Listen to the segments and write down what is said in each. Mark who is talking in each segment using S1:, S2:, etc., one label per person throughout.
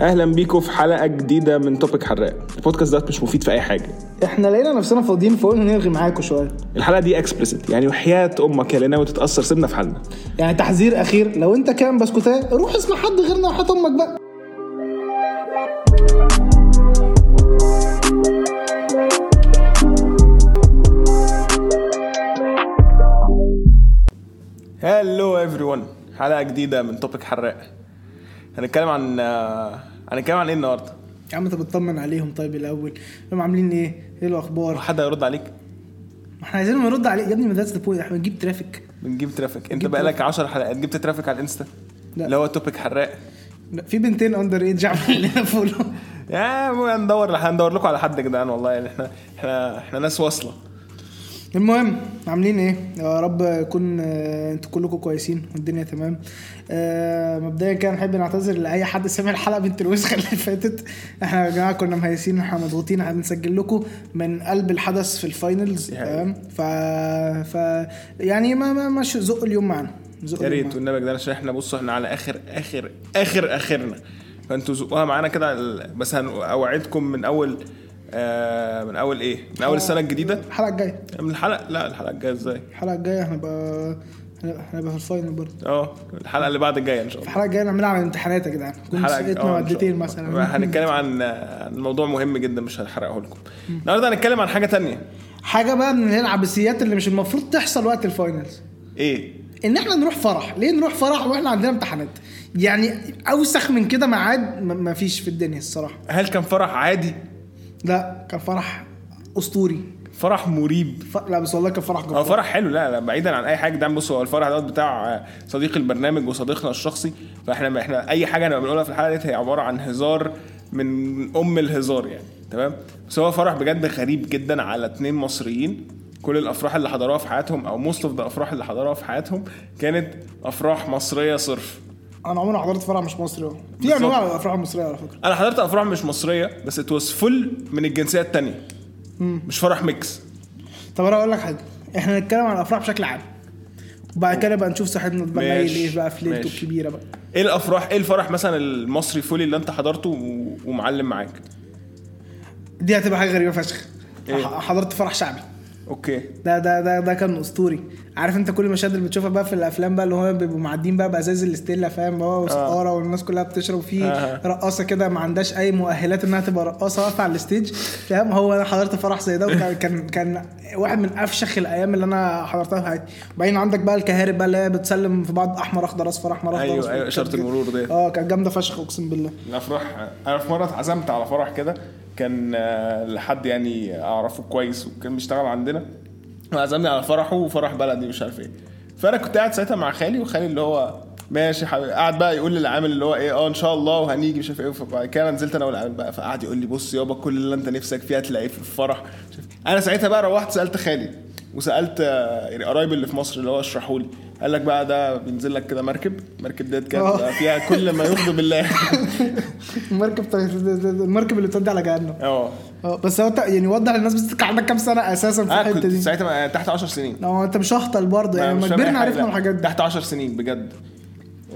S1: اهلا بيكم في حلقه جديده من توبيك حراق البودكاست ده مش مفيد في اي حاجه
S2: احنا لقينا نفسنا فاضيين فقلنا نلغي معاكم شويه
S1: الحلقه دي اكسبلسيت يعني وحياه امك يا اللي ناوي تتاثر سيبنا في حالنا
S2: يعني تحذير اخير لو انت كان بسكوتاه روح اسمع حد غيرنا وحياة امك بقى
S1: هلو ايفري حلقه جديده من توبيك حراق هنتكلم عن آه، هنتكلم عن ايه النهارده؟
S2: يا عم انت بتطمن عليهم طيب الاول هم عاملين ايه
S1: هو
S2: ايه الاخبار
S1: حد هيرد عليك
S2: ما احنا عايزينهم يرد عليك يا ابني ما ذاتس ذا بوينت احنا بنجيب ترافيك
S1: بنجيب ترافيك انت
S2: بنجيب
S1: بقالك 10 حلقات جبت ترافيك على الانستا
S2: لا.
S1: اللي هو توبيك حراق
S2: لا، في بنتين اندر ايدج عاملين لنا فولو
S1: يا عم هندور هندور لكم على حد يا جدعان والله يعني احنا احنا احنا ناس واصله
S2: المهم عاملين ايه يا رب يكون آه، انتوا كلكم كويسين والدنيا تمام آه، مبدئيا كان نحب نعتذر لاي حد سمع الحلقه بنت الوسخه اللي فاتت احنا يا جماعه كنا مهيسين احنا مضغوطين احنا بنسجل لكم من قلب الحدث في الفاينلز
S1: دي حقيقة.
S2: تمام ف... ف يعني ما ما مش زق اليوم معانا زق
S1: يا
S2: اليوم
S1: ريت
S2: معانا.
S1: والنبي يا جدعان عشان احنا بص احنا على اخر اخر اخر اخرنا فانتوا زقوها معانا كده على ال- بس هنوعدكم من اول آه من اول ايه؟ من اول السنه الجديده
S2: الحلقه الجايه
S1: من الحلقه لا الحلقه الجايه ازاي؟
S2: الحلقه الجايه هنبقى هنبقى في الفاينل برضه
S1: اه الحلقه اللي بعد الجايه ان شاء الله
S2: الحلقه الجايه نعملها على الامتحانات يا جدعان كنت
S1: الحلقة-
S2: سقطنا
S1: آه، إن شاء
S2: مادتين
S1: الله.
S2: مثلا
S1: هنتكلم عن آه، عن موضوع مهم جدا مش هنحرقه لكم النهارده هنتكلم عن حاجه تانية
S2: حاجه بقى من اللي هي العبثيات اللي مش المفروض تحصل وقت الفاينلز
S1: ايه؟
S2: ان احنا نروح فرح ليه نروح فرح واحنا عندنا امتحانات يعني اوسخ من كده ميعاد م- مفيش في الدنيا الصراحه
S1: هل كان فرح عادي؟
S2: لا كان فرح اسطوري
S1: فرح مريب
S2: ف... لا بس والله كان فرح
S1: هو
S2: جبار
S1: فرح حلو لا لا بعيدا عن اي حاجه ده بص هو الفرح دوت بتاع آه، صديق البرنامج وصديقنا الشخصي فاحنا احنا اي حاجه انا بنقولها في الحلقه ديت هي عباره عن هزار من ام الهزار يعني تمام بس هو فرح بجد غريب جدا على اتنين مصريين كل الافراح اللي حضروها في حياتهم او موست اوف الافراح اللي حضروها في حياتهم كانت افراح مصريه صرف
S2: انا عمري ما حضرت فرح مش مصري أهو. في يعني
S1: بالظبط.
S2: انواع من الافراح المصريه على فكره
S1: انا حضرت افراح مش مصريه بس ات واز فل من الجنسيه التانية مش فرح ميكس
S2: طب انا اقول لك حاجه احنا هنتكلم عن الافراح بشكل عام وبعد كده بقى نشوف صاحبنا بقى مايل
S1: ماشي.
S2: ايه بقى في ليلته
S1: ماشي.
S2: الكبيره بقى
S1: ايه الافراح ايه الفرح مثلا المصري فولي اللي انت حضرته و- ومعلم معاك
S2: دي هتبقى حاجه غريبه فشخ
S1: إيه؟
S2: ح- حضرت فرح شعبي
S1: اوكي
S2: ده ده ده ده كان اسطوري عارف انت كل المشاهد اللي بتشوفها بقى في الافلام بقى اللي هو بيبقوا معدين بقى بازاز الاستيلا فاهم هو وسقاره والناس كلها بتشرب فيه
S1: آه.
S2: رقاصه كده ما عندهاش اي مؤهلات انها تبقى رقاصه واقفه على الستيج فاهم هو انا حضرت فرح زي ده وكان كان كان واحد من افشخ الايام اللي انا حضرتها في حياتي وبعدين عندك بقى الكهارب بقى اللي هي بتسلم في بعض احمر اخضر اصفر احمر اخضر
S1: أيوة،
S2: أصفر.
S1: أيوة، إشارة
S2: كانت-
S1: المرور دي.
S2: اه كانت جامده فشخ اقسم بالله
S1: الافراح انا في مره اتعزمت على فرح كده كان آه، لحد يعني اعرفه كويس وكان بيشتغل عندنا عزمني على فرحه وفرح بلدي مش عارف ايه فانا كنت قاعد ساعتها مع خالي وخالي اللي هو ماشي حبيبي قعد بقى يقول للعامل اللي هو ايه اه ان شاء الله وهنيجي مش عارف ايه فبعد كده أنا نزلت انا والعامل بقى فقعد يقول لي بص يابا كل اللي انت نفسك فيها تلاقيه في الفرح مش عارف إيه. انا ساعتها بقى روحت سالت خالي وسالت آه، يعني قرايبي اللي في مصر اللي هو اشرحوا لي قال لك بقى ده بينزل لك كده مركب المركب ديت كانت
S2: آه.
S1: بقى فيها كل ما يغضب الله
S2: المركب بتاع- المركب اللي بتودي على جهنم
S1: اه
S2: اه بس هو انت يعني وضح للناس بس انت عندك كام سنه اساسا في
S1: انا
S2: الحته
S1: كنت
S2: دي
S1: ساعتها بقى تحت 10 سنين
S2: لو انت مش ههطل برضه يعني
S1: أنا مش
S2: لما
S1: فاهم أي
S2: كبرنا
S1: حاجة.
S2: عرفنا
S1: لا،
S2: الحاجات دي
S1: تحت 10 سنين بجد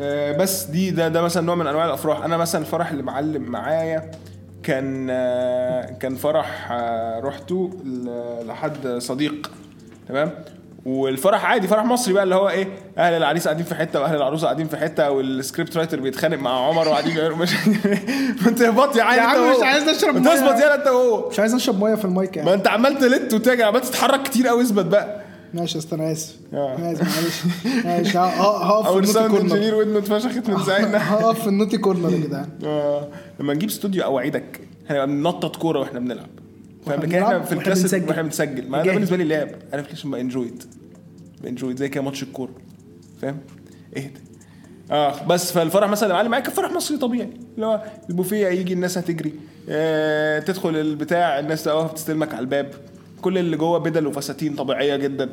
S1: آه، بس دي ده ده مثلا نوع من انواع الافراح انا مثلا الفرح اللي معلم معايا كان آه، كان فرح آه، رحته ل- لحد صديق تمام والفرح عادي فرح مصري بقى اللي هو ايه اهل العريس قاعدين في حته واهل العروسه قاعدين في حته والسكريبت رايتر بيتخانق مع عمر وقاعدين بيعملوا مش بتهبط يا عيل
S2: يا
S1: انت
S2: عم مش
S1: وهو.
S2: عايز اشرب مية.
S1: بتظبط يا انت وهو
S2: مش عايز اشرب ميه في المايك
S1: ما
S2: يعني
S1: انت عمال تلت وتاجع عمال تتحرك كتير قوي اثبت بقى
S2: ماشي يا اسطى انا اسف
S1: اه.
S2: انا اسف معلش معلش ه- ه- هقف
S1: او
S2: في النوتي
S1: الساوند
S2: كورنر
S1: انجينير ودنه اتفشخت من ساعتنا
S2: هقف في النوتي كورنر يا جدعان
S1: آه، لما نجيب استوديو اوعدك هنبقى بننطط كوره واحنا بنلعب فاحنا كده
S2: بنلعب
S1: احنا في
S2: واحنا
S1: الكلاس
S2: بنسجل.
S1: واحنا بنسجل ما ده
S2: جاهز.
S1: بالنسبه لي لعب انا في ما انجويد انجويد زي كده ماتش الكوره فاهم اهدى اه بس فالفرح مثلا اللي معلم معاك كان فرح مصري طبيعي اللي هو البوفيه يجي الناس هتجري آه تدخل البتاع الناس تلاقوها بتستلمك على الباب كل اللي جوه بدل وفساتين طبيعيه جدا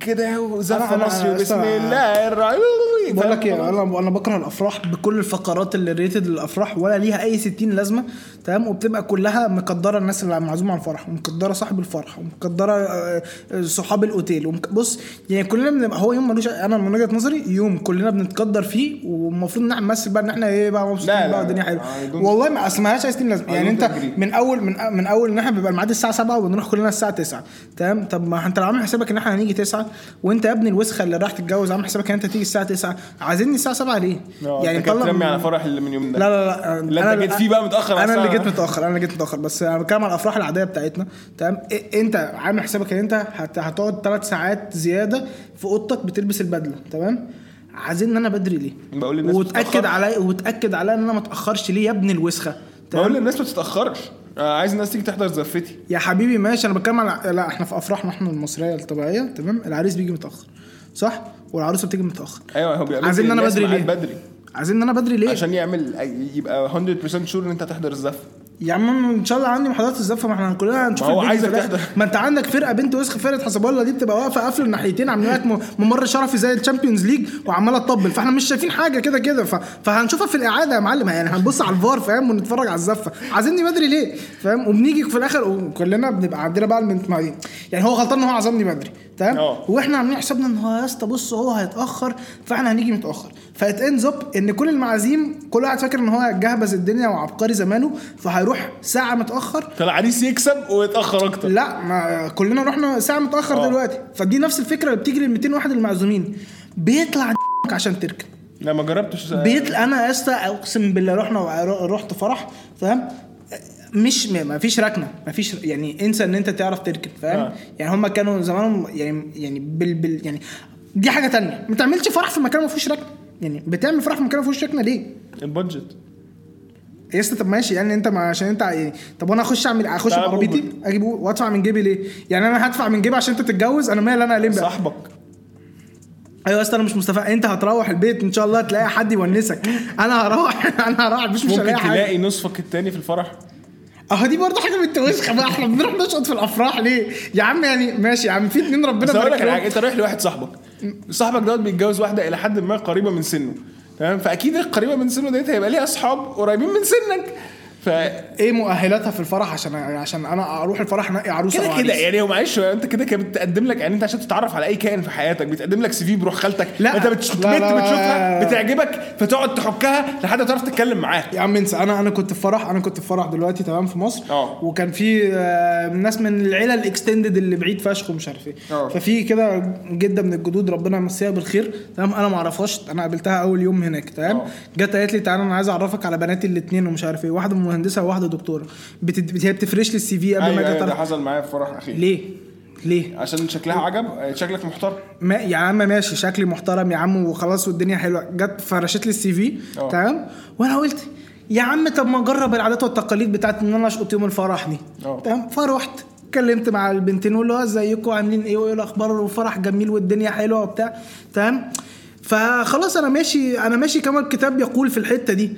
S1: كده
S2: أنا-
S1: وزف
S2: أنا-
S1: مصري
S2: أنا-
S1: وبسم
S2: أنا-
S1: الله الرحمن
S2: بقول لك ايه انا انا بكره الافراح بكل الفقرات اللي ريتد للافراح ولا ليها اي 60 لازمه تمام وبتبقى كلها مقدره الناس اللي معزومه على الفرح ومقدره صاحب الفرح ومقدره آه، آه، صحاب الاوتيل ومك... بص يعني كلنا بنبقى هو يوم ملوش انا من وجهه نظري يوم كلنا بنتقدر فيه والمفروض نعمل مثل بقى ان احنا ايه بقى
S1: لا،
S2: مبسوطين بقى
S1: لا،
S2: الدنيا
S1: لا،
S2: حلوه
S1: I don't-
S2: والله ما اصل مالهاش اي 60 لازمه يعني
S1: don't
S2: انت
S1: agree.
S2: من اول من من اول ان احنا بيبقى الميعاد الساعه 7 وبنروح كلنا الساعه 9 تمام طب ما انت لو عامل حسابك ان احنا هنيجي 9 وانت يا ابني الوسخه اللي راح تتجوز عامل حسابك ان انت تيجي الساعه 9 عايزيني الساعه 7 ليه؟
S1: يعني انت كده
S2: طلع
S1: بترمي
S2: من-
S1: على فرح اللي من يوم
S2: لا
S1: ده
S2: لا لا
S1: لا، انت جيت فيه بقى متأخر على
S2: انا اللي
S1: الساعة.
S2: جيت متاخر انا اللي جيت متاخر بس انا بتكلم على الافراح العاديه بتاعتنا تمام إيه انت عامل حسابك ان انت هت- هتقعد ثلاث ساعات زياده في اوضتك بتلبس البدله تمام عايزين ان انا بدري ليه؟
S1: بقول للناس
S2: وتاكد
S1: بتتأخر.
S2: عليا وتاكد عليا ان انا ما اتاخرش ليه يا ابن الوسخه تمام؟
S1: بقول للناس ما تتاخرش آه، عايز الناس تيجي تحضر زفتي
S2: يا حبيبي ماشي انا بتكلم على لا احنا في افراحنا احنا المصريه الطبيعيه تمام العريس بيجي متاخر صح والعروسه بتيجي متاخر
S1: ايوه هو بيعمل
S2: عايزين ان انا
S1: الناس
S2: بدري ليه
S1: معاد بدري
S2: عايزين ان انا بدري ليه
S1: عشان يعمل يبقى 100% شور ان انت هتحضر الزفه
S2: يا عم ان شاء الله عني محاضرات الزفه ما احنا كلنا هنشوف
S1: ما هو
S2: الفيديو
S1: عايزك
S2: في الآخر.
S1: تحضر.
S2: ما انت عندك فرقه بنت وسخ فرقه حسب الله دي بتبقى واقفه قافله الناحيتين عاملين لك م- ممر شرفي زي الشامبيونز ليج وعماله تطبل فاحنا مش شايفين حاجه كده كده ف... فهنشوفها في الاعاده يا معلم يعني هنبص على الفار فاهم ونتفرج على الزفه عايزيني بدري ليه فاهم وبنيجي في الاخر وكلنا بنبقى عندنا بقى المنت معين. يعني هو غلطان ان هو عزمني بدري تمام
S1: اه.
S2: واحنا عاملين حسابنا ان هو يا اسطى بص هو هيتاخر فاحنا هنيجي متاخر فات اندز اب ان كل المعازيم كل واحد فاكر ان هو جهبز الدنيا وعبقري زمانه فهيروح ساعه متاخر
S1: فالعريس يكسب ويتاخر اكتر
S2: لا ما كلنا رحنا ساعه متاخر
S1: اه.
S2: دلوقتي فدي نفس الفكره اللي بتجري ال 200 واحد المعزومين بيطلع عشان تركب
S1: لا ما جربتش آه،
S2: بيت انا يا اسطى اقسم بالله رحنا رحت فرح فاهم مش ما فيش ركنه ما فيش يعني انسى ان انت تعرف تركب فاهم
S1: آه.
S2: يعني هم كانوا زمانهم يعني يعني بال بال يعني دي حاجه تانية ما تعملش فرح في مكان ما فيهوش ركنه يعني بتعمل فرح في مكان ما فيهوش ركنه ليه
S1: البادجت
S2: يا اسطى طب ماشي يعني انت ما عشان انت يعني طب وانا اخش اعمل اخش
S1: تعال
S2: بعربيتي
S1: أوبر.
S2: اجيبه وادفع من جيبي ليه؟ يعني انا هدفع من جيبي عشان انت تتجوز انا مالي انا ليه
S1: صاحبك
S2: ايوه يا اسطى انا مش مستفاد انت هتروح البيت ان شاء الله تلاقي حد يونسك انا هروح انا هروح مش مش
S1: ممكن
S2: هلاقي حاجه
S1: تلاقي نصفك التاني في الفرح
S2: اهو دي برضه حاجه بنت وسخه بقى احنا بنروح نشقط في الافراح ليه؟ يا عم يعني ماشي يا عم في اتنين ربنا
S1: بس هقول لك
S2: بارك
S1: على
S2: لهم.
S1: حاجه انت رايح لواحد صاحبك صاحبك دوت بيتجوز واحده الى حد ما قريبه من سنه تمام فاكيد القريبه من سنه ديت هيبقى ليها اصحاب قريبين من سنك ف
S2: ايه مؤهلاتها في الفرح عشان عشان انا اروح الفرح انقي عروسه
S1: كده
S2: أو
S1: كده
S2: عريس؟
S1: يعني هو معلش هو انت كده كده بتقدم لك يعني انت عشان تتعرف على اي كائن في حياتك بيتقدم لك سي في بروح خالتك
S2: لا.
S1: انت بتش...
S2: لا، لا،
S1: بنت
S2: لا، لا، لا،
S1: بتشوفها
S2: لا.
S1: بتعجبك فتقعد تحكها لحد ما تعرف تتكلم معاها
S2: يا عم انسى انا انا كنت في فرح انا كنت في فرح دلوقتي تمام في مصر
S1: اه.
S2: وكان في آه، ناس من العيله الاكستندد اللي بعيد فشخ ومش عارف ايه
S1: اه.
S2: ففي كده جده من الجدود ربنا يمسيها بالخير تمام انا ما اعرفهاش انا قابلتها اول يوم هناك تمام
S1: اه.
S2: جت قالت لي تعالى انا عايز اعرفك على بناتي الاثنين ومش عارف ايه واحده مهندسه وواحده دكتوره بتد... هي بتفرش لي السي في قبل ما
S1: ايوه
S2: اجي
S1: ايوه ده
S2: أتعرف-
S1: حصل معايا في فرح اخير
S2: ليه ليه
S1: عشان شكلها عجب آه، شكلك محترم
S2: ما يا عم ماشي شكلي محترم يا عم وخلاص والدنيا حلوه جت فرشت لي السي في
S1: اه.
S2: تمام وانا قلت يا عم طب ما اجرب العادات والتقاليد بتاعت ان انا اشقط يوم الفرح دي
S1: اه.
S2: تمام فروحت اتكلمت مع البنتين واللي هو ازيكم عاملين ايه وايه الاخبار والفرح جميل والدنيا حلوه وبتاع تمام فخلاص انا ماشي انا ماشي كما الكتاب يقول في الحته دي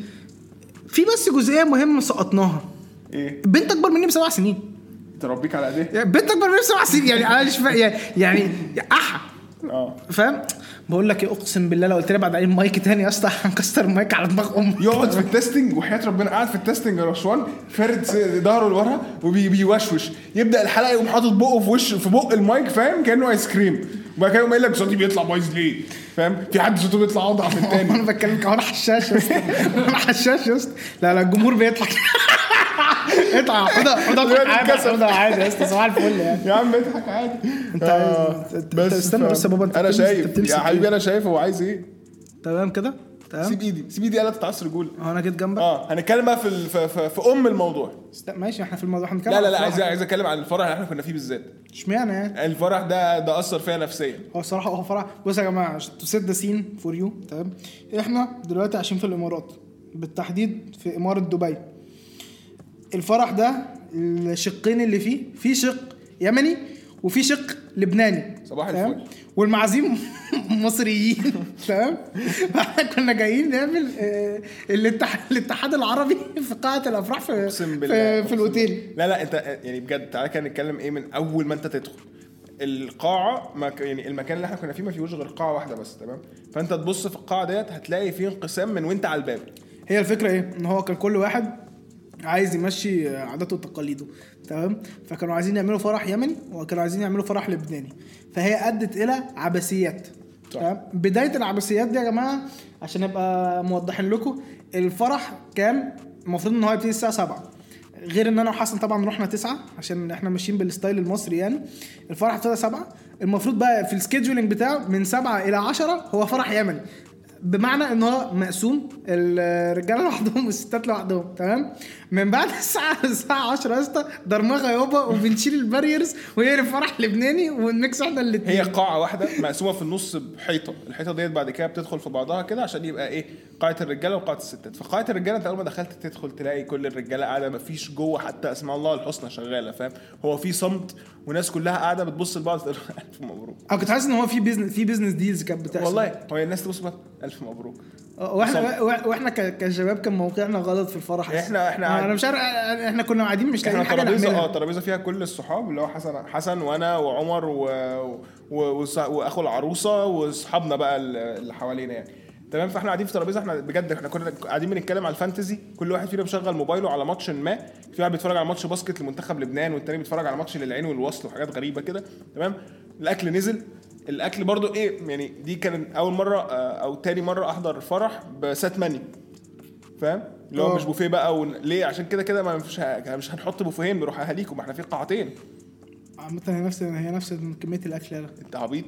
S2: في بس جزئيه مهمه سقطناها
S1: ايه
S2: بنت اكبر مني بسبع سنين
S1: تربيك على قد ايه
S2: يعني بنت اكبر مني بسبع سنين يعني انا مش فا- يعني يعني احا
S1: اه
S2: فاهم بقول لك ايه اقسم بالله لو قلت لي بعد عليه المايك تاني يا اسطى هنكسر المايك على دماغ امي
S1: يقعد في التستنج وحياة ربنا قاعد في التستنج يا رشوان فارد س- ظهره لورا وبيوشوش يبدا الحلقه يقوم حاطط بقه في وش في بق المايك فاهم كانه ايس كريم وبعد كده يقوم قايل لك صوتي بيطلع بايظ ليه فاهم في حد صوته بيطلع اضعف من التاني
S2: انا بتكلم كمان حشاش يا اسطى انا حشاش يا اسطى لا لا الجمهور بيضحك اطلع حضا حضا
S1: دلوقتي
S2: عادي
S1: اتكسر.
S2: حضا عادي يا اسطى صباح الفل يعني
S1: يا عم اضحك عادي
S2: أنت
S1: آه،
S2: عايز- أنت- أنت استنى
S1: ف-
S2: بس يا بابا، أنت
S1: انا
S2: بتمسك-
S1: شايف
S2: بتمسك
S1: يا حبيبي
S2: إيه؟
S1: انا شايف هو عايز ايه
S2: تمام كده تمام
S1: سيب ايدي سيب ايدي انا تتعصر رجولي
S2: هو انا جيت جنبك
S1: اه هنتكلم بقى في ال- في- في في ام الموضوع
S2: است- ماشي احنا في الموضوع هنتكلم
S1: لا لا لا
S2: عن
S1: عايز
S2: الفرح.
S1: عايز اتكلم عن الفرح اللي احنا كنا فيه بالذات
S2: اشمعنى يعني
S1: الفرح ده ده اثر فيا نفسيا
S2: هو الصراحه هو فرع بص يا جماعه عشان تو سيت ذا سين فور يو تمام احنا دلوقتي عايشين في الامارات بالتحديد في اماره دبي الفرح ده الشقين اللي فيه في شق يمني وفي شق لبناني
S1: صباح
S2: تمام؟
S1: الفل.
S2: والمعازيم مصريين تمام احنا كنا جايين نعمل آه، الاتح- الاتحاد العربي في قاعه الافراح في
S1: اقسم
S2: في-
S1: بالله
S2: في
S1: أقسم
S2: الاوتيل
S1: إيه بالله. لا لا انت يعني بجد تعالى كده نتكلم ايه من اول ما انت تدخل القاعه ما ك- يعني المكان اللي احنا كنا فيه ما فيهوش غير قاعه واحده بس تمام فانت تبص في القاعه ديت هتلاقي فيه انقسام من وانت على الباب
S2: هي الفكره ايه ان هو كان كل واحد عايز يمشي عاداته وتقاليده تمام فكانوا عايزين يعملوا فرح يمني وكانوا عايزين يعملوا فرح لبناني فهي ادت الى عباسيات
S1: صح.
S2: تمام بدايه العباسيات دي يا جماعه عشان ابقى موضحين لكم الفرح كان المفروض ان هو يبتدي الساعه 7 غير ان انا وحسن طبعا رحنا 9 عشان احنا ماشيين بالستايل المصري يعني الفرح ابتدى 7 المفروض بقى في السكيدجولينج بتاعه من 7 الى 10 هو فرح يمني بمعنى ان هو مقسوم الرجاله لوحدهم والستات لوحدهم تمام من بعد الساعه الساعه 10 يا اسطى درمغه يابا وبنشيل الباريرز وهي الفرح لبناني ونميكس احنا الاثنين
S1: هي قاعه واحده مقسومه في النص بحيطه الحيطه ديت بعد كده بتدخل في بعضها كده عشان يبقى ايه قاعه الرجاله وقاعه الستات فقاعه الرجاله انت اول ما دخلت تدخل تلاقي كل الرجاله قاعده مفيش جوه حتى اسماء الله الحسنى شغاله فاهم هو في صمت وناس كلها قاعده بتبص لبعض تقول الف مبروك
S2: انا كنت حاسس ان هو في بيزنس في بيزنس ديلز كانت بتحصل
S1: والله هو الناس تبص بقى الف مبروك
S2: آه، واحنا واحنا ك- كشباب كان موقعنا غلط في الفرح
S1: إحنا- إحنا
S2: آه، انا
S1: قاعد-
S2: مش عارف آه، احنا كنا قاعدين مش لاقيين
S1: احنا
S2: حاجه
S1: ترابيزه اه
S2: نعملها
S1: ترابيزه فيها كل الصحاب اللي هو حسن حسن وانا وعمر و... و... وص- واخو العروسه واصحابنا بقى ال- اللي حوالينا يعني تمام فاحنا قاعدين في ترابيزه احنا بجد احنا كنا قاعدين بنتكلم على الفانتزي كل واحد فينا مشغل موبايله على ماتش ما في واحد بيتفرج على ماتش باسكت لمنتخب لبنان والتاني بيتفرج على ماتش للعين والوصل وحاجات غريبه كده تمام الاكل نزل الاكل برضو ايه يعني دي كان اول مره آه، او تاني مره احضر فرح بسات ماني فاهم اللي
S2: آه.
S1: هو مش بوفيه بقى ون... ليه عشان كده كده ما فيش ه- مش هنحط بوفيهين نروح اهاليكم ما احنا في قاعتين
S2: عامه هي نفس هي نفس كميه الاكل يلا
S1: انت عبيط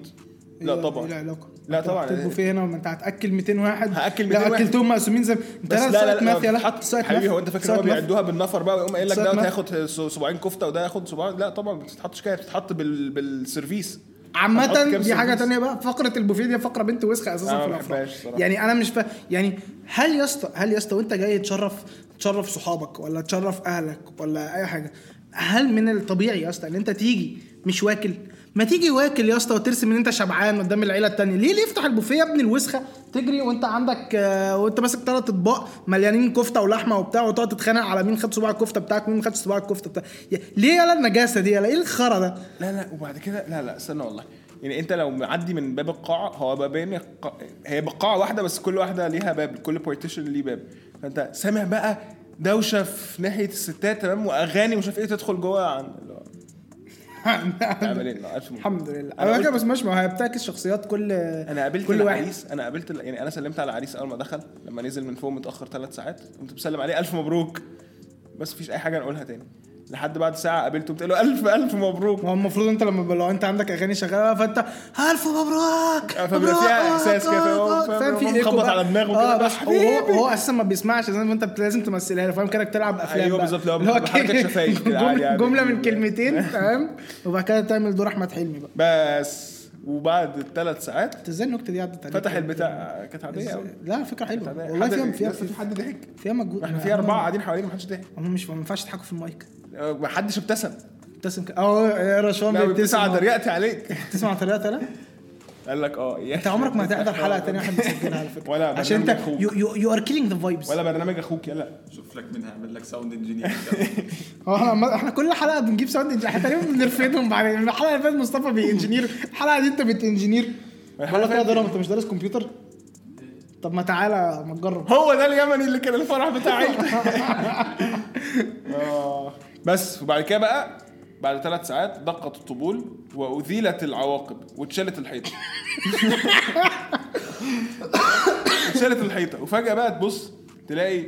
S1: لا
S2: إيه-
S1: طبعا
S2: ايه العلاقه
S1: لا طبعا.
S2: تطبخ فيه هنا وما انت هتاكل 200 واحد
S1: هاكل 200
S2: لو
S1: واحد.
S2: اكلتهم مقسومين زي انت
S1: بس لا لا لا,
S2: يلا
S1: لا حط حبيبي هو انت فاكر هو بيعدوها بالنفر بقى ويقوم قايل لك
S2: ساعة
S1: ده
S2: مف.
S1: هياخد ص- صباعين كفته وده هياخد صباعين لا طبعا ما بتتحطش كده بتتحط بال... بالسيرفيس هتحط
S2: عامة
S1: كام
S2: دي حاجة
S1: سيرفيس؟
S2: تانية بقى فقرة البوفيه دي فقرة بنت وسخة أساسا
S1: أنا
S2: في
S1: ما
S2: الأفراح
S1: بحبهاش الصراحة.
S2: يعني أنا مش فا... يعني هل يا اسطى هل يا اسطى وأنت جاي تشرف تشرف صحابك ولا تشرف أهلك ولا أي حاجة هل من الطبيعي يا اسطى إن أنت تيجي مش واكل؟ ما تيجي واكل يا اسطى وترسم ان انت شبعان قدام العيله التانية ليه ليه يفتح البوفيه يا ابن الوسخه تجري وانت عندك آه، وانت ماسك ثلاث اطباق مليانين كفته ولحمه وبتاع وتقعد تتخانق على مين خد صباع الكفته بتاعك ومين ما خدش صباع الكفته بتاعك يا- ليه يالا النجاسه دي يالا ايه الخرا ده
S1: لا لا وبعد كده لا لا استنى والله يعني انت لو معدي من باب القاعه هو بابين الق... هي بقاعه واحده بس كل واحده ليها باب كل بارتيشن ليه باب فانت سامع بقى دوشه في ناحيه الستات تمام واغاني ومش عارف ايه تدخل جوه عن اللي هو تعمل ايه؟ لا، ألف مبروك.
S2: الحمد لله
S1: أنا
S2: انا
S1: قلت-
S2: كده بس ماشي ما هي بتعكس شخصيات كل
S1: انا قابلت
S2: كل واحد
S1: العريس انا قابلت ال- يعني انا سلمت على العريس اول ما دخل لما نزل من فوق متاخر ثلاث ساعات قمت بسلم عليه الف مبروك بس مفيش اي حاجه نقولها تاني لحد بعد ساعه قابلته قلت له الف الف مبروك
S2: ما هو المفروض انت لما لو انت عندك اغاني شغاله فانت الف مبروك
S1: آه، فبيبقى
S2: مبروك،
S1: فيها إحساس كده،
S2: آه،
S1: فاهم؟
S2: فاهم في
S1: فاهم؟
S2: ايكو
S1: خبط
S2: بقى.
S1: على دماغه
S2: آه،
S1: كده، بقى،
S2: بس هو
S1: حبيبي.
S2: هو اساسا ما بيسمعش لازم انت لازم تمثلها له فاهم كانك تلعب افلام
S1: أيوه
S2: بقى.
S1: بالظبط، اللي هو
S2: اللي هو
S1: بحركة
S2: كده
S1: شفايف كده، عادي،
S2: جمله
S1: عادي.
S2: جمله من كلمتين فاهم وبعد كده تعمل دور احمد حلمي بقى
S1: بس وبعد الثلاث ساعات
S2: انت ازاي النكته دي عدت عليك
S1: فتح البتاع كانت عاديه قوي
S2: إزاي؟ لا فكره حلوه
S1: عادية.
S2: والله
S1: حد-
S2: فيها فيها
S1: بس في حد ضحك
S2: فيها مجهود
S1: ما احنا في
S2: يعني
S1: اربعه قاعدين حوالين ما حدش ضحك
S2: هم مش ما ينفعش يضحكوا في المايك
S1: ما حدش ابتسم
S2: ابتسم كده اه يا رشوان
S1: لا
S2: بيبتسم
S1: بيبتسم
S2: أهو.
S1: على تريقتي عليك
S2: تسمع ثلاثة لا؟
S1: قال لك اه يا
S2: انت عمرك ما هتحضر حلقة تانية احنا بنسجلها على فكرة
S1: ولا
S2: عشان انت
S1: برنامج
S2: يو يو يو ار كيلينج ذا فايبس
S1: ولا برنامج اخوك يلا
S3: شوف لك منها اعمل لك ساوند انجينير
S2: هو اه، احنا عمال- احنا كل حلقة بنجيب ساوند انجينير احنا تقريبا بنرفدهم بعدين الحلقة اللي فاتت مصطفى بينجينير الحلقة دي انت بتنجينير
S1: الحلقة
S2: بقول لك
S1: اللي
S2: يا
S1: فاتت-
S2: درام انت مش دارس كمبيوتر؟ طب ما تعالى ما تجرب
S1: هو ده اليمني اللي كان الفرح بتاع عيلتي آه. بس وبعد كده بقى بعد ثلاث ساعات دقت الطبول وأذيلت العواقب واتشالت الحيطة اتشالت الحيطة وفجأة بقى تبص تلاقي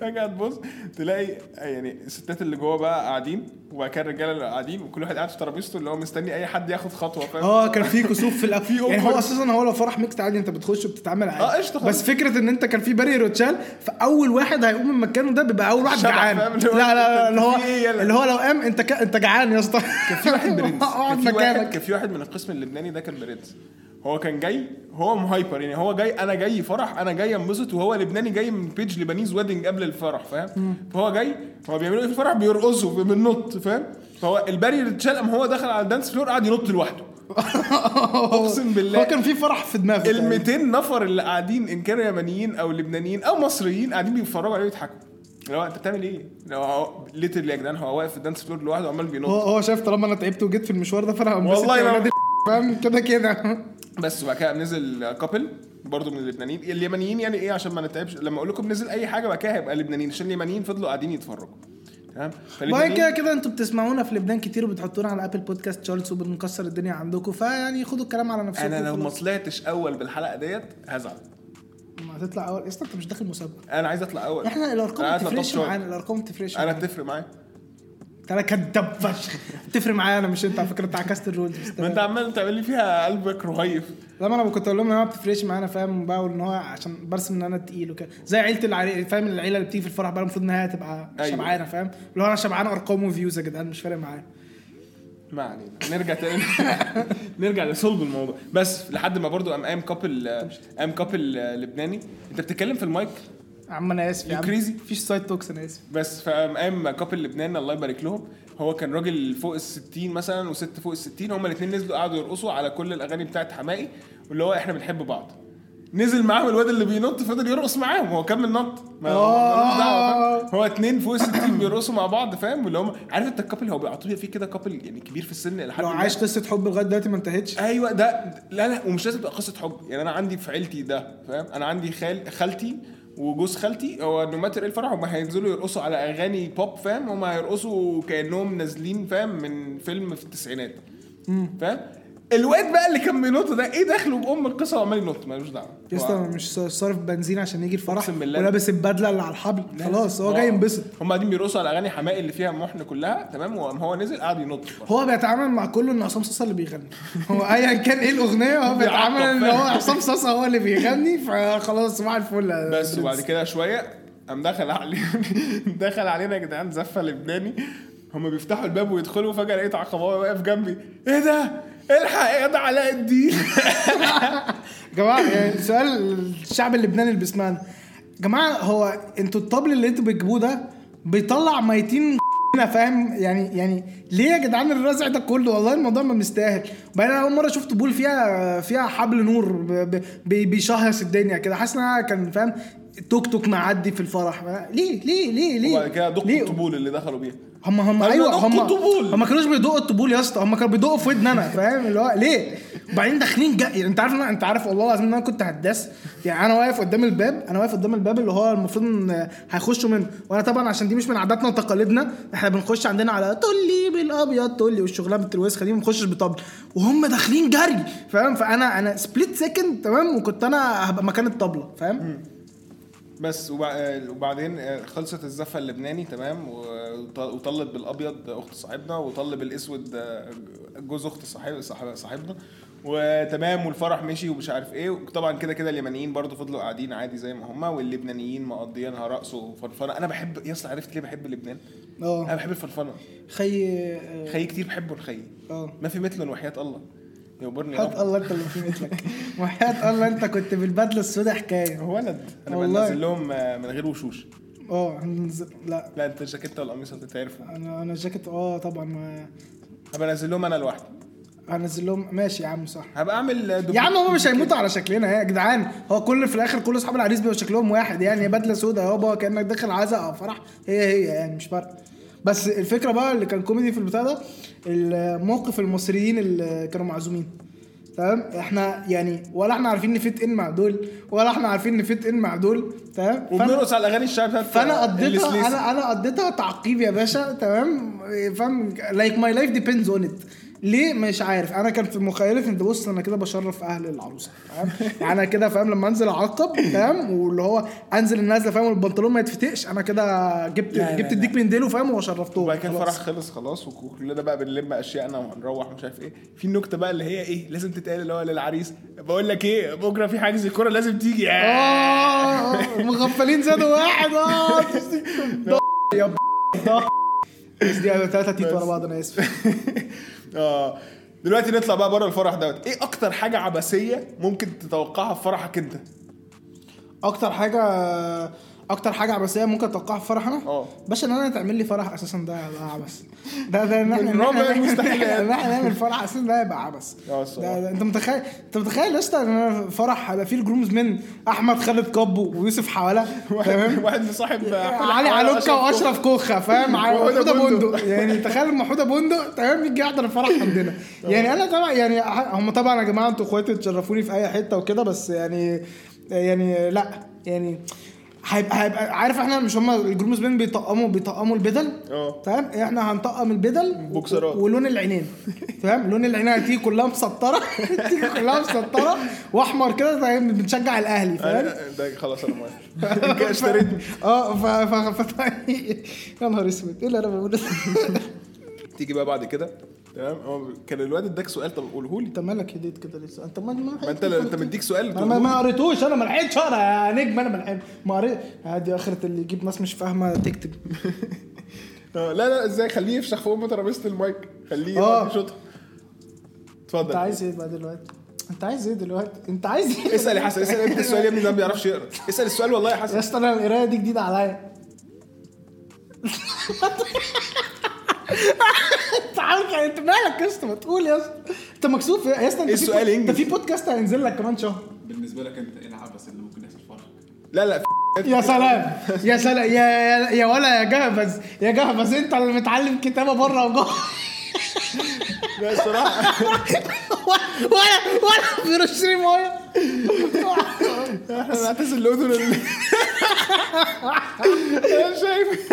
S1: فجأة تبص تلاقي يعني الستات اللي جوه بقى قاعدين وبعد كده الرجالة اللي قاعدين وكل واحد قاعد في ترابيزته اللي هو مستني أي حد ياخد خطوة فاهم
S2: اه كان في كسوف في الأف... يعني هو
S1: أوفر.
S2: اساسا هو لو فرح ميكس عادي انت بتخش وبتتعامل عادي
S1: اه قشطة خالص.
S2: بس فكره ان انت كان في بارير وتشال فاول واحد هيقوم من مكانه ده بيبقى اول واحد
S1: شبع،
S2: جعان
S1: فاهم؟
S2: لا
S1: اللي هو
S2: لا لا اللي هو
S1: في إيه يلا؟
S2: اللي هو لو قام انت ك... انت جعان يا اسطى كان في واحد
S1: برنس
S2: اقعد
S1: كان في واحد
S2: مكانك
S1: كان في واحد من القسم اللبناني ده كان برنس هو كان جاي هو مهايبر يعني هو جاي انا جاي فرح انا جاي انبسط وهو لبناني جاي من بيج لبنيز ويدنج قبل الفرح فاهم فهو جاي هو بيعملوا ايه في الفرح بيرقصوا بالنط فاهم فهو البارير اتشال قام هو دخل على الدانس فلور قعد ينط لوحده اقسم بالله
S2: هو كان في فرح في دماغه
S1: ال 200 نفر اللي قاعدين ان كانوا يمنيين او لبنانيين او مصريين قاعدين بيتفرجوا عليه ويضحكوا لو انت بتعمل ايه؟ لو هو ليترلي يا جدعان هو واقف في الدانس فلور لوحده وعمال بينط
S2: يعني هو هو شاف طالما انا تعبت وجيت في المشوار ده فانا هنبسط
S1: والله
S2: يا
S1: ما-
S2: ولاد ال- فاهم كده كده
S1: بس وبعد كده نزل كابل برضه من اللبنانيين اليمنيين يعني ايه عشان ما نتعبش لما اقول لكم نزل اي حاجه بعد كده هيبقى لبنانيين عشان اليمنيين فضلوا قاعدين يتفرجوا تمام
S2: وبعد
S1: فاللبنانيين-
S2: كده كده انتوا بتسمعونا في لبنان كتير وبتحطونا على ابل بودكاست شارتس وبنكسر الدنيا عندكم فيعني خدوا الكلام على نفسكم
S1: انا لو ما
S2: وخلاص.
S1: طلعتش اول بالحلقه ديت هزعل
S2: ما هتطلع اول اصلا انت مش داخل مسابقه
S1: انا عايز اطلع اول
S2: احنا
S1: أنا
S2: الارقام
S1: عايز أطلع
S2: بتفرقش
S1: top
S2: معانا الارقام بتفرقش
S1: shot. انا
S2: معانا
S1: بتفرق معايا
S2: انت لا كداب فشخ بتفرق معايا انا مش انت على فكره انت عكست الرولز بس
S1: ما انت
S2: تمام.
S1: عمال تعمل لي فيها قلبك رهيف
S2: لما انا كنت اقول لهم ان هو ما بتفرقش معانا فاهم بقى وان هو عشان برسم ان انا تقيل وكده زي عيله العري... فاهم العيله اللي بتيجي في الفرح بقى المفروض انها تبقى
S1: أيوة.
S2: شبعانه فاهم اللي هو انا شبعان ارقام وفيوز يا جدعان مش فارق معايا
S1: ما علينا نرجع تاني نرجع لصلب الموضوع بس لحد ما برضو قام قام كابل قام كابل لبناني انت بتتكلم في المايك
S2: يا عم انا اسف يا
S1: You
S2: عم
S1: crazy؟
S2: مفيش سايد توكس انا اسف
S1: بس فقام قام كابل لبناني الله يبارك لهم هو كان راجل فوق ال 60 مثلا وست فوق ال 60 هما الاثنين نزلوا قعدوا يرقصوا على كل الاغاني بتاعت حماقي واللي هو احنا بنحب بعض نزل معاهم الواد اللي بينط فضل يرقص معاهم هو كمل نط ما هو
S2: آه.
S1: ملوش دعوة، فاهم؟ هو اتنين فوق ال 60 بيرقصوا مع بعض فاهم واللي هم عارف انت الكابل هو بيعطوه فيه كده كابل يعني كبير في السن لحد
S2: لو
S1: ما-
S2: عايش قصه حب لغايه دلوقتي ما انتهتش
S1: ايوه ده لا لا ومش لازم تبقى قصه حب يعني انا عندي في عيلتي ده فاهم انا عندي خال خالتي وجوز خالتي هو نو ماتر الفرح هم هينزلوا يرقصوا على اغاني بوب فاهم هم هيرقصوا كانهم نازلين فاهم من فيلم في التسعينات فاهم الواد بقى اللي كان بينط ده ايه دخله بام القصه وعمال ينط ملوش دعوه
S2: يا اسطى
S1: هو-
S2: مش صارف بنزين عشان يجي الفرح
S1: أقسم بالله.
S2: ولابس البدله اللي على الحبل خلاص هو جاي ينبسط
S1: هم قاعدين بيرقصوا على اغاني حماقي اللي فيها محن كلها تمام وقام هو نزل قعد ينط
S2: هو بيتعامل مع كله ان عصام صاصا اللي بيغني هو ايا كان ايه الاغنيه هو بيتعامل ان هو عصام صاصا هو اللي بيغني فخلاص صباح الفل يا
S1: بس
S2: برنس.
S1: وبعد كده شويه قام دخل علينا دخل علينا يا جدعان زفه لبناني هما بيفتحوا الباب ويدخلوا فجاه لقيت عقباوي واقف جنبي ايه ده؟ الحق يا ده علاء الدين
S2: يا جماعه يعني سؤال الشعب اللبناني اللي بيسمعنا يا جماعه هو انتوا الطبل اللي انتوا بتجيبوه ده بيطلع ميتين هنا فاهم يعني يعني ليه يا جدعان الرزع ده كله والله الموضوع ما مستاهل وبعدين انا اول مره شفت بول فيها فيها حبل نور ب- ب- بي- بيشهس الدنيا كده حاسس ان أنا كان فاهم توك توك معدي في الفرح ليه ليه ليه ليه
S1: وبعد كده دق
S2: ليه؟
S1: الطبول اللي دخلوا بيها
S2: هم هم
S1: قالوا
S2: ايوه
S1: دقوا
S2: هم
S1: الطبول.
S2: هم ما كانوش بيدقوا الطبول يا اسطى هم كانوا بيدقوا في ودن انا فاهم اللي هو ليه وبعدين داخلين جا... يعني انت عارف إن أنا- انت عارف والله العظيم ان انا كنت هداس يعني انا واقف قدام الباب انا واقف قدام الباب اللي هو المفروض إن هيخشوا منه وانا طبعا عشان دي مش من عاداتنا وتقاليدنا احنا بنخش عندنا على تولي بالابيض تولي والشغلانه بنت الوسخه دي ما بنخشش بطبل وهم داخلين جري فاهم فانا انا سبليت سكند تمام وكنت انا هبقى مكان الطبله فاهم
S1: بس وبع- وبعدين آه، خلصت الزفه اللبناني تمام وط- وطلت بالابيض اخت صاحبنا وطل بالاسود جوز اخت صاحب صاحب- صاحبنا وتمام والفرح مشي ومش عارف ايه وطبعا كده كده اليمنيين برضو فضلوا قاعدين عادي زي ما هم واللبنانيين مقضيينها رقص وفنفنه انا بحب يا اسطى عرفت ليه بحب لبنان؟ انا
S2: اه
S1: بحب الفنفنه
S2: خي
S1: خي كتير بحبه الخي
S2: اه
S1: ما في مثله وحياه الله يوبرني
S2: وحياة
S1: رب.
S2: الله انت اللي في مثلك وحياة الله انت كنت بالبدله السوداء حكايه
S1: هو ولد انا
S2: والله.
S1: بنزل لهم آه، من غير وشوش
S2: اه هننزل- لا
S1: لا انت الجاكيت والقميص هتتعرفوا
S2: انا انا الجاكيت اه طبعا ما
S1: انا بنزل لهم انا لوحدي
S2: هنزل لهم ماشي يا عم صح
S1: هبقى اعمل دبليكيت.
S2: يا عم هم مش هيموتوا على شكلنا يا جدعان هو كل في الاخر كل اصحاب العريس بيبقوا شكلهم واحد يعني بدله سوداء يابا كانك داخل عزاء او فرح هي هي يعني مش فارقه بس الفكره بقى اللي كان كوميدي في البتاع ده الموقف المصريين اللي كانوا معزومين تمام احنا يعني ولا احنا عارفين نفيت ان مع دول ولا احنا عارفين نفيت ان مع دول تمام فأنا-
S1: وبنرقص على الاغاني الشعبيه بتاعت
S2: فانا
S1: السليسي.
S2: قضيتها انا انا قضيتها تعقيب يا باشا تمام فاهم لايك ماي لايف ديبيندز اون ات ليه مش عارف انا كان في مخيلتي ان بص انا كده بشرف اهل العروسه تمام يعني انا كده فاهم لما انزل اعقب تمام واللي هو انزل النازله فاهم والبنطلون ما يتفتقش انا كده جبت
S1: لا، لا،
S2: جبت
S1: لا.
S2: الديك من ديله فاهم وشرفتهم
S1: وبعد كده
S2: خلاص.
S1: الفرح خلص خلاص وكلنا بقى بنلم اشيائنا وهنروح مش عارف ايه في النكته بقى اللي هي ايه لازم تتقال اللي هو للعريس بقول لك ايه بكره في حجز كوره لازم تيجي
S2: آه. اه مغفلين زادوا واحد اه يا ب- بس دي ثلاثه تيت ورا بعض انا اسف
S1: اه دلوقتي نطلع بقى بره الفرح دوت ايه اكتر حاجه عبثيه ممكن تتوقعها في فرحك انت
S2: اكتر حاجه اكتر حاجه عبثيه ممكن اتوقعها في فرح انا
S1: اه.
S2: باشا ان انا تعمل لي فرح اساسا ده هيبقى عبث ده ده ان احنا
S1: من رابع
S2: إن احنا-
S1: المستحيلات.
S2: ان احنا نعمل فرح اساسا ده هيبقى عبث
S1: اه الصراحة.
S2: ده- ده انت متخيل انت متخيل يا اسطى ان انا فرح هيبقى فيه الجرومز من احمد خالد كابو ويوسف حواله تمام آه،
S1: واحد واحد مصاحب
S2: علي علوكا واشرف كوخه فاهم على
S1: وحوده
S2: حوده
S1: بندق.
S2: بندق يعني تخيل محوده بندق تمام يجي يحضر الفرح عندنا يعني انا طبعا يعني هم طبعا يا جماعه انتوا اخواتي تشرفوني في اي حته وكده بس يعني يعني لا يعني هيبقى هيبقى عارف احنا مش هم الجرومز بين بيطقموا بيطقموا البدل
S1: اه.
S2: تمام احنا هنطقم البدل
S1: بوكسرات.
S2: ولون العينين فاهم لون العينين هتيجي كلها مسطره هتيجي كلها مسطره واحمر كده زي بنشجع الاهلي فاهم
S1: أنا- آه، ده خلاص انا موافق كده اشتريتني
S2: اه ف ف ف يا نهار اسود ايه اللي انا بقوله ده؟
S1: تيجي بقى بعد كده تمام هو كان الواد اداك سؤال طب قوله لي
S2: انت مالك هديت كده لسه انت ما ما
S1: ما انت انت مديك سؤال
S2: ما, ما, ما قريتوش انا ما لحقتش اقرا يا نجم انا ما لحقت ما قريت عادي اخرة اللي يجيب ناس مش فاهمه تكتب
S1: آه، لا لا ازاي خليه يفشخ فوق ترابيزه المايك خليه
S2: اه.
S1: يشوطها
S2: انت
S1: اتفضل
S2: عايز ايه بقى دلوقتي؟ انت عايز ايه دلوقتي؟ انت عايز ايه؟
S1: اسال يا حسن اسال يا ابني السؤال يا ابني ده ما بيعرفش يقرا اسال السؤال والله يا حسن
S2: يا اسطى انا القرايه دي جديده عليا انت عارف يعني، انت مالك يا اسطى ما تقول يا اسطى انت مكسوف يا يا اسطى انت
S1: ايه
S2: في-
S1: السؤال
S2: انت
S1: انجز؟
S2: في بودكاست هينزل لك كمان شهر
S3: بالنسبه لك انت ايه العبث اللي ممكن يحصل في فرحك؟
S1: لا لا
S2: يا سلام يا سلام يا يا, يا ولا يا جهبذ يا جهبذ انت اللي متعلم كتابه بره وجوه
S1: لا الصراحه
S2: ولا ولا- ولا بيرش لي ميه
S1: احنا نعتزل الاذن اللي انا شايف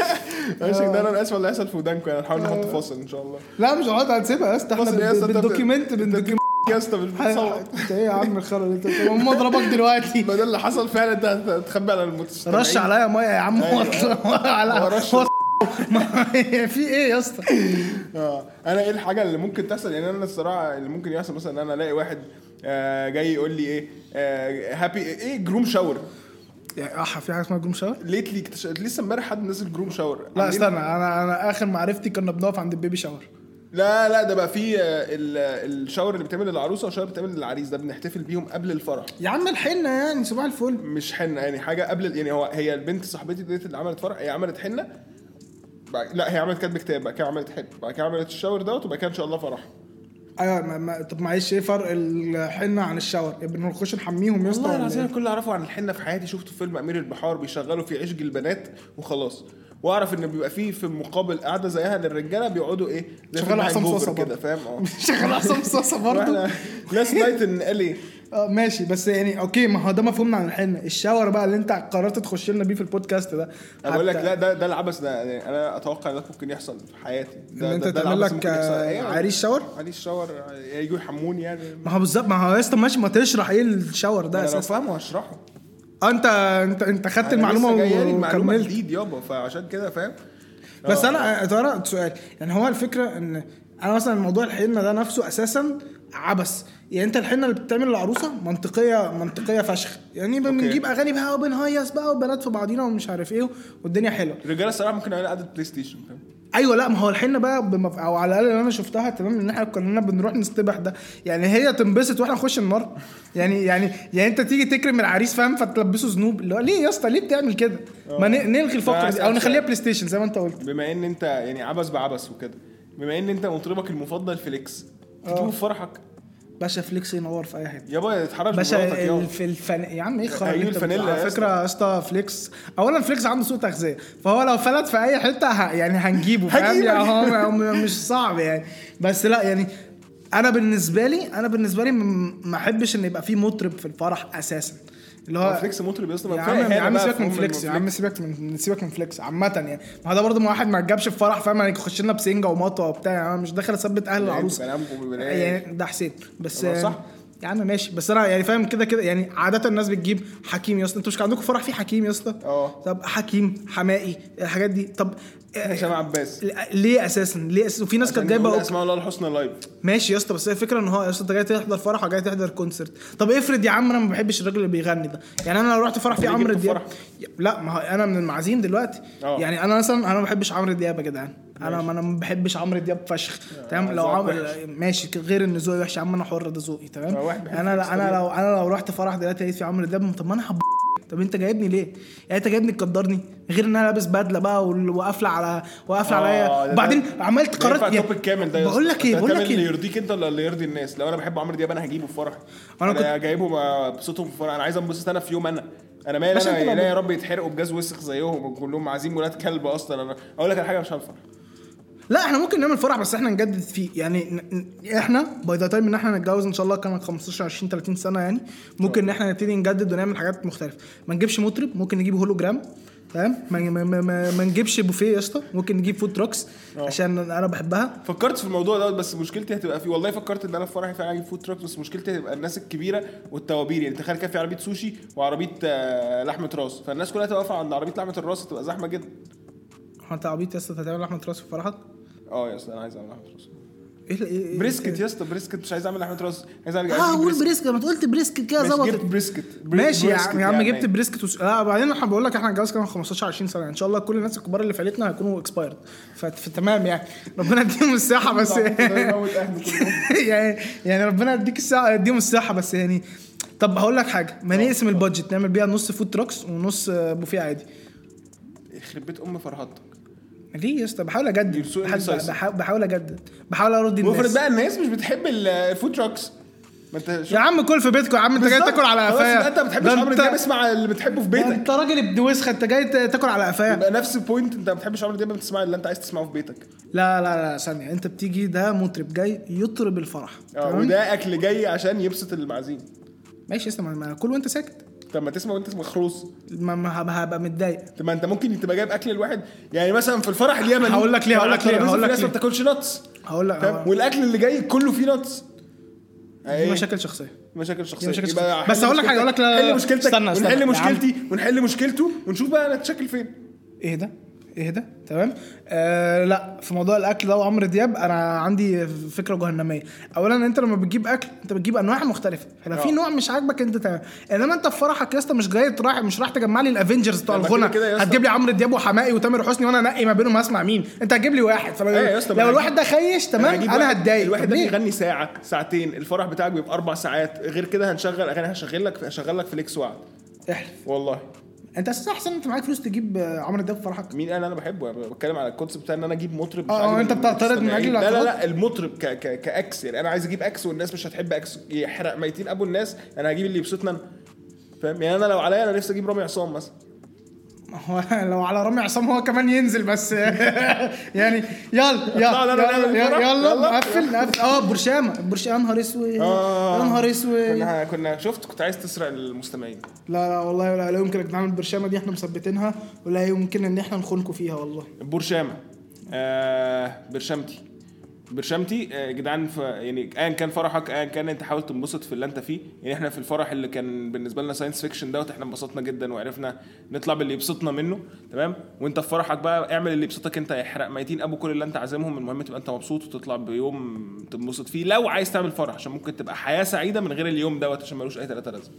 S1: انا شايف ده انا اسف اللي هيحصل في ودانكم يعني هنحاول نحط فاصل ان شاء الله
S2: لا مش هقعد هتسيبها يا اسطى احنا
S1: فاصل ايه يا اسطى؟
S2: بال-
S1: انت بت-
S2: بالدوكيمنت
S1: انت
S2: بالدوكيمنت
S1: يا اسطى مش بتصوت
S2: انت ايه يا عم الخرا اللي انت بتقوله؟ هم ضربك دلوقتي
S1: ما ده اللي حصل فعلا انت هتخبي على المستمعين
S2: رش عليا ميه يا عم
S1: ايوه. هو
S2: على
S1: رش.
S2: في ايه يا اسطى
S1: اه انا ايه الحاجه اللي ممكن تحصل يعني انا الصراحه اللي ممكن يحصل مثلا ان انا الاقي واحد آه جاي يقول لي ايه آه هابي ايه جروم شاور
S2: يا اح في حاجه اسمها جروم شاور
S1: ليتلي اكتش- لسه امبارح حد نزل جروم شاور
S2: لا استنى انا انا اخر معرفتي كنا بنقف عند البيبي شاور
S1: لا لا ده بقى فيه آه، ال- الشاور اللي بتعمل للعروسه والشاور اللي بتعمل للعريس ده بنحتفل بيهم قبل الفرح
S2: يا عم الحنه يعني صباح الفل
S1: مش حنه يعني حاجه قبل ال- يعني هو هي البنت صاحبتي ديت اللي عملت فرح هي عملت حنه بعد- لا هي عملت كاتب كتاب بعد كده عملت حنه بعد كده عملت الشاور دوت وبعد كده ان شاء الله فرح
S2: ايوه ما ما طب معلش ايه فرق الحنه عن الشاور؟ يا ابني نخش نحميهم يا اسطى
S1: والله
S2: ولا
S1: العظيم
S2: إيه؟
S1: أنا كل اللي اعرفه عن الحنه في حياتي شفته في فيلم امير البحار بيشغلوا فيه عشق البنات وخلاص واعرف ان بيبقى فيه في المقابل قاعده زيها للرجاله بيقعدوا ايه زي
S2: شغال
S1: فيلم
S2: عصام
S1: هانجوفر
S2: صاصا
S1: كده
S2: برضه.
S1: فاهم اه
S2: شغال إيه؟ عصام صاصه برضه
S1: واحنا لاست نايت ان قال ايه
S2: اه ماشي بس يعني اوكي ما هو ده مفهومنا عن الحنه الشاور بقى اللي انت قررت تخش لنا بيه في البودكاست ده
S1: انا بقول لك
S2: حتى
S1: لا ده ده العبث ده يعني انا اتوقع ان ده ممكن يحصل في حياتي ده
S2: ان انت
S1: ده- ده
S2: تعمل
S1: العبث
S2: لك
S1: ممكن يحصل.
S2: آه،
S1: أيوة.
S2: عريس شاور
S1: عريس شاور يجوا يحموني يعني
S2: ما هو بالظبط ما هو يا اسطى ماشي ما تشرح ايه الشاور ده
S1: انا لو
S2: اساسا
S1: فاهمه هشرحه
S2: آه، انت انت انت خدت
S1: أنا
S2: المعلومه
S1: لسه جايه لي
S2: و-
S1: المعلومه
S2: وكملت
S1: جديد يابا فعشان كده فاهم
S2: بس
S1: آه.
S2: انا ترى سؤال يعني هو الفكره ان انا مثلا موضوع الحنه ده نفسه اساسا عبث يعني انت الحنه اللي بتعمل العروسه منطقيه منطقيه فشخ يعني بنجيب اغاني بقى وبنهيص بقى وبنات في بعضينا ومش عارف ايه والدنيا حلوه
S1: الرجاله الصراحه ممكن يعملوا قعده بلاي ستيشن فاهم
S2: ايوه لا ما هو الحنه بقى بم... او على الاقل اللي انا شفتها تمام ان احنا كلنا بنروح نستبح ده يعني هي تنبسط واحنا نخش النار يعني يعني يعني انت تيجي تكرم العريس فاهم فتلبسه ذنوب اللي هو ليه يا اسطى ليه بتعمل كده؟ ما ن- نلغي الفقره
S1: آه. عايز
S2: دي او
S1: أسأل
S2: نخليها
S1: سؤال.
S2: بلاي ستيشن زي ما انت قلت
S1: بما ان انت يعني عبث بعبث وكده بما ان انت مطربك المفضل فليكس
S2: آه.
S1: تجيبه في فرحك
S2: باشا فليكس ينور في اي حته
S1: يابا اتحرج بمراتك
S2: باشا
S1: يابا
S2: الف- الفن يا عم ايه خرا
S1: أيوه
S2: اللي انت
S1: الفانيلا
S2: بتقول؟
S1: يا
S2: على
S1: اسطى.
S2: فكره يا اسطى فليكس اولا فليكس عنده سوء تغذيه فهو لو فلت في اي حته ه... يعني هنجيبه فاهم
S1: هجيبك.
S2: يعني هو م- م- مش صعب يعني بس لا يعني انا بالنسبه لي انا بالنسبه لي م- ما احبش ان يبقى في مطرب في الفرح اساسا اللي
S1: هو
S2: هو
S1: فليكس مطرب يا اسطى ما
S2: آه. يا
S1: فيها
S2: عم يا
S1: إهانة
S2: عم
S1: بقى
S2: سيبك
S1: في
S2: من
S1: أم
S2: فليكس يا عم سيبك من سيبك من فليكس عامة يعني ما هو ده برضه ما واحد ما اتجابش في فرح فاهم يعني يخش لنا بسنجة ومطوة وبتاع يعني انا مش داخل اثبت
S1: لا،
S2: اهل
S1: انتوا
S2: العروسة
S1: كلامكم ببلاش.
S2: يعني ده حسين بس
S1: طب صح.
S2: يا عم ماشي بس انا يعني فاهم كده كده يعني عادة الناس بتجيب حكيم يا اسطى انتوا مش كان عندكم فرح فيه حكيم يا اسطى؟
S1: اه.
S2: طب حكيم حمائي الحاجات دي طب آه،
S1: هشام إيه؟ عباس
S2: ليه اساسا ليه اساسا وفي ناس كانت جايبه
S1: جايبه اسماء الله الحسنى لايف
S2: ماشي يا اسطى بس هي الفكره ان هو يا اسطى انت جاي تحضر فرح وجاي تحضر كونسرت طب افرض يا عم انا ما بحبش الراجل اللي بيغني ده يعني انا لو رحت فرح فيه
S1: ليه
S2: عمرو
S1: جبته
S2: دياب
S1: فرح؟
S2: لا ما هو انا من المعازيم دلوقتي
S1: اه.
S2: يعني انا مثلا انا ما بحبش عمرو دياب يا جدعان انا انا ما بحبش عمرو دياب فشخ تمام لو
S1: آه، ذوقك
S2: عمرو
S1: وحش.
S2: ماشي غير ان ذوقي وحش يا عم انا حر ده ذوقي تمام
S1: اه، واحد بيحب
S2: انا
S1: فليكس
S2: انا لو انا لو رحت فرح دلوقتي لقيت في عمرو دياب طب ما انا هب طب انت جايبني ليه؟ يعني انت جايبني تقدرني غير ان انا لابس بدله بقى وال- وقافله على وقافله
S1: آه، ده-
S2: عليا
S1: ده-
S2: وبعدين عملت
S1: ده يعني ينفع
S2: قرارات يا-
S1: التوبيك الكامل ده يا
S2: بقول
S1: اسطى.
S2: لك ايه
S1: أنت
S2: بقول
S1: هتعمل
S2: لك
S1: اللي
S2: ايه
S1: يرضيك انت ولا اللي يرضي الناس لو انا بحب عمرو دياب انا هجيبه في فرحي
S2: أنا
S1: انا, أنا جايبه ما- ابسطهم في فرحي انا عايز انبسط انا في يوم انا انا مالي
S2: باشا،
S1: انا
S2: أنت لو-
S1: لا يا رب يتحرقوا بجاز وسخ زيهم وكلهم عايزين ولاد كلب اصلا انا اقول لك على حاجه مش هنفرح
S2: لا احنا ممكن نعمل فرح بس احنا نجدد فيه يعني ن- ن- احنا باي ذا تايم ان احنا نتجوز ان شاء الله كمان 15 20 30 سنه يعني ممكن ان احنا نبتدي نجدد ونعمل حاجات مختلفه ما نجيبش مطرب ممكن نجيب هولوجرام فاهم ما, ما, ما, ما, ما نجيبش بوفيه يا اسطى ممكن نجيب فود تراكس عشان انا بحبها
S1: فكرت في الموضوع دوت بس مشكلتي هتبقى فيه والله فكرت ان انا في فرحي فعلا اجيب فود تراك بس مشكلتي هتبقى الناس الكبيره والتوابير يعني تخيل كان في عربيه سوشي وعربيه آه، لحمه راس فالناس كلها تبقى واقفه عند عربيه لحمه الراس تبقى زحمه جدا
S2: هو انت عبيط يا اسطى هتعمل لحمه راس في فرحك
S1: اه يا اسطى انا عايز اعمل لحمه راس
S2: ايه ال- ايه- ايه-
S1: بريسكت يا اسطى بريسكت مش عايز اعمل لحمه راس عايز اعمل عايز
S2: اه
S1: أجيب
S2: قول بريسكت ما قلت بريسكت كده
S1: ماشي،
S2: ظبطت
S1: جبت بريسكت بري-
S2: ماشي يا عم
S1: بريسكت
S2: يا عم
S1: يعني.
S2: جبت بريسكت وس... اه بعدين انا بقول لك احنا هنتجوز كمان 15 20 سنه ان شاء الله كل الناس الكبار اللي في عيلتنا هيكونوا اكسبايرد ف... فتمام يعني ربنا يديهم الصحه بس
S1: موت أهلي كلهم.
S2: يعني يعني ربنا يديك الصحه يديهم الصحه بس يعني طب هقول لك حاجه ما نقسم البادجت نعمل بيها نص فود تراكس ونص آه، بوفيه عادي
S1: يخرب بيت ام فرهدتك
S2: ليه يا اسطى بحاول اجدد
S1: يرسوا
S2: بحاول-
S1: insights.
S2: بحاول- بحاول اجدد بحاول ارضي
S1: وافرض
S2: الناس
S1: بقى الناس مش بتحب الفود تراكس ما انت شو-
S2: يا عم كل في بيتكم يا عم انت جاي
S1: بالظبط.
S2: تاكل على
S1: خلاص،
S2: قفايا
S1: يبقى انت ما بتحبش
S2: ده
S1: عمرو
S2: انت-
S1: دياب اسمع اللي بتحبه في
S2: ده
S1: بيتك
S2: انت راجل ابن وسخه انت جاي تاكل على قفايا
S1: يبقى نفس البوينت انت ما بتحبش عمرو دياب بتسمع اللي انت عايز تسمعه في بيتك
S2: لا لا لا ثانية انت بتيجي ده مطرب جاي يطرب الفرح
S1: اه
S2: تمام؟
S1: وده اكل جاي عشان يبسط المعازيم
S2: ماشي اسمع ما كل وانت ساكت
S1: طب ما تسمع وانت مخروص
S2: ما ما هب- هبقى متضايق
S1: طب ما انت ممكن تبقى جايب اكل الواحد يعني مثلا في الفرح اليمني
S2: هقول لك ليه، هقول لك ليه، هقول لك
S1: الناس ما
S2: ليه.
S1: بتاكلش نتس
S2: هقول لك هقول-
S1: والاكل اللي جاي كله فيه نتس ايه؟
S2: دي مشاكل شخصيه
S1: مشاكل شخصيه
S2: مشاكل
S1: يبقى
S2: شخصية.
S1: حل
S2: بس هقول لك حاجة، هقول لك لا-
S1: حل مشكلتك
S2: استنى، استنى. يا
S1: ونحل
S2: عم.
S1: مشكلتي ونحل مشكلته ونشوف بقى نتشكل فين
S2: اهدى اهدى ايه تمام آه لا في موضوع الاكل ده وعمرو دياب انا عندي فكره جهنميه اولا انت لما بتجيب اكل انت بتجيب انواع مختلفه فلو في
S1: اه.
S2: نوع مش عاجبك انت تمام انما انت في فرحك يا اسطى مش جاي رايح مش رايح تجمع لي الافنجرز بتوع
S1: لما كده
S2: الغنى
S1: كده يا اسطى.
S2: هتجيب لي عمرو دياب وحماقي وتامر حسني وانا انقي ما بينهم هسمع مين انت هتجيب لي واحد فلو
S1: ايوه يا اسطى، ما
S2: لو
S1: انا
S2: الواحد ده خيش تمام
S1: يعني هجيب
S2: انا
S1: واحد-
S2: هتضايق
S1: الواحد
S2: طب
S1: ده
S2: ليه؟
S1: بيغني ساعه ساعتين الفرح بتاعك بيبقى اربع ساعات غير كده هنشغل اغاني هشغل لك هشغل لك فليكس وعد
S2: احلف
S1: والله
S2: انت اساسا احسن انت معاك فلوس تجيب آه، عمرو دياب في فرحك
S1: مين انا انا بحبه انا بتكلم على الكونسيبت بتاع ان انا اجيب مطرب مش
S2: اه، اه،
S1: عاجب
S2: انت بتعترض من اجل
S1: المستمعين. لا لا
S2: الاعتراض؟
S1: لا المطرب ك ك كاكس يعني انا عايز اجيب اكس والناس مش هتحب اكس يحرق ميتين ابو الناس انا هجيب اللي يبسطنا انا فاهم يعني انا لو عليا انا نفسي اجيب رامي عصام مثلا
S2: ما هو لو على رامي عصام هو كمان ينزل بس يعني يلا
S1: لا،
S2: يلا
S1: لا، لا،
S2: يلا
S1: لا،
S2: يلا-
S1: لا،
S2: يلا
S1: يلا.
S2: نقفل نقفل اه برشامه برشامه يا نهار اسود
S1: آه.
S2: يا نهار اسود
S1: كنا كنا شفت كنت عايز تسرق المستمعين
S2: لا لا والله لا, لا يمكن يا جدعان البرشامه دي احنا مثبتينها ولا يمكن ان احنا نخونكم فيها والله
S1: برشامه آه برشامتي برشامتي آه، يا جدعان ف- يعني ايا كان فرحك ايا كان انت حاول تنبسط في اللي انت فيه يعني احنا في الفرح اللي كان بالنسبه لنا ساينس فيكشن دوت احنا انبسطنا جدا وعرفنا نطلع باللي يبسطنا منه تمام وانت في فرحك بقى اعمل اللي يبسطك انت يحرق ميتين ابو كل اللي انت عازمهم المهم تبقى انت مبسوط وتطلع بيوم تنبسط فيه لو عايز تعمل فرح عشان ممكن تبقى حياه سعيده من غير اليوم دوت عشان ملوش اي ثلاثه لازمه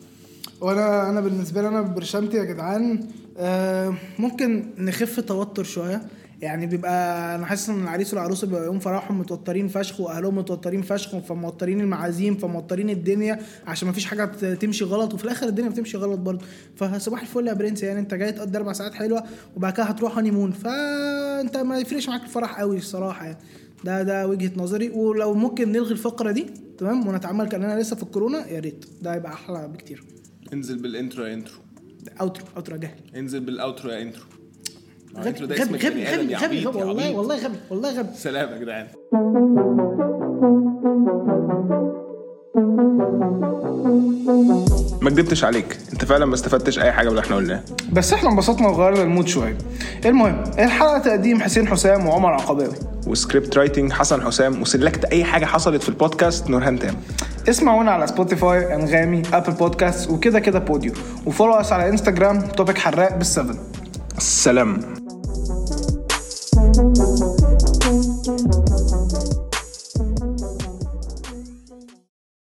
S2: وانا انا بالنسبه لي انا برشامتي يا جدعان آه، ممكن نخف توتر شويه يعني بيبقى انا حاسس ان العريس والعروسه بيبقى يوم فرحهم متوترين فشخ واهلهم متوترين فشخ فموترين المعازيم فموترين الدنيا عشان مفيش حاجه ت- تمشي غلط وفي الاخر الدنيا بتمشي غلط برضه فصباح الفل يا برنس يعني انت جاي تقضي اربع ساعات حلوه وبعد كده هتروح هاني مون فانت ما يفرقش معاك الفرح قوي الصراحه يعني ده ده وجهه نظري ولو ممكن نلغي الفقره دي تمام ونتعامل كاننا لسه في الكورونا يا ريت ده هيبقى احلى بكتير
S1: انزل بالانترو يا انترو
S2: اوترو اوترو جاهل
S1: انزل بالاوترو يا انترو
S2: غبي
S1: الانترو آه، ده
S2: غبي
S1: اسمك
S2: غبي
S1: بني آدم
S2: غبي
S1: يا
S2: غبي
S1: عبيط، يا
S2: غبي والله
S1: عبيط.
S2: والله غبي والله غبي
S1: سلام يا جدعان ما كدبتش عليك انت فعلا ما استفدتش اي حاجه من اللي احنا قلناه
S2: بس احنا انبسطنا وغيرنا المود شويه المهم الحلقه تقديم حسين حسام وعمر عقباوي
S1: وسكريبت رايتنج حسن حسام وسلكت اي حاجه حصلت في البودكاست نورهان تام
S2: اسمعونا على سبوتيفاي انغامي ابل بودكاست وكده كده بوديو وفولو اس على انستجرام توبيك حراق بالسفن
S1: السلام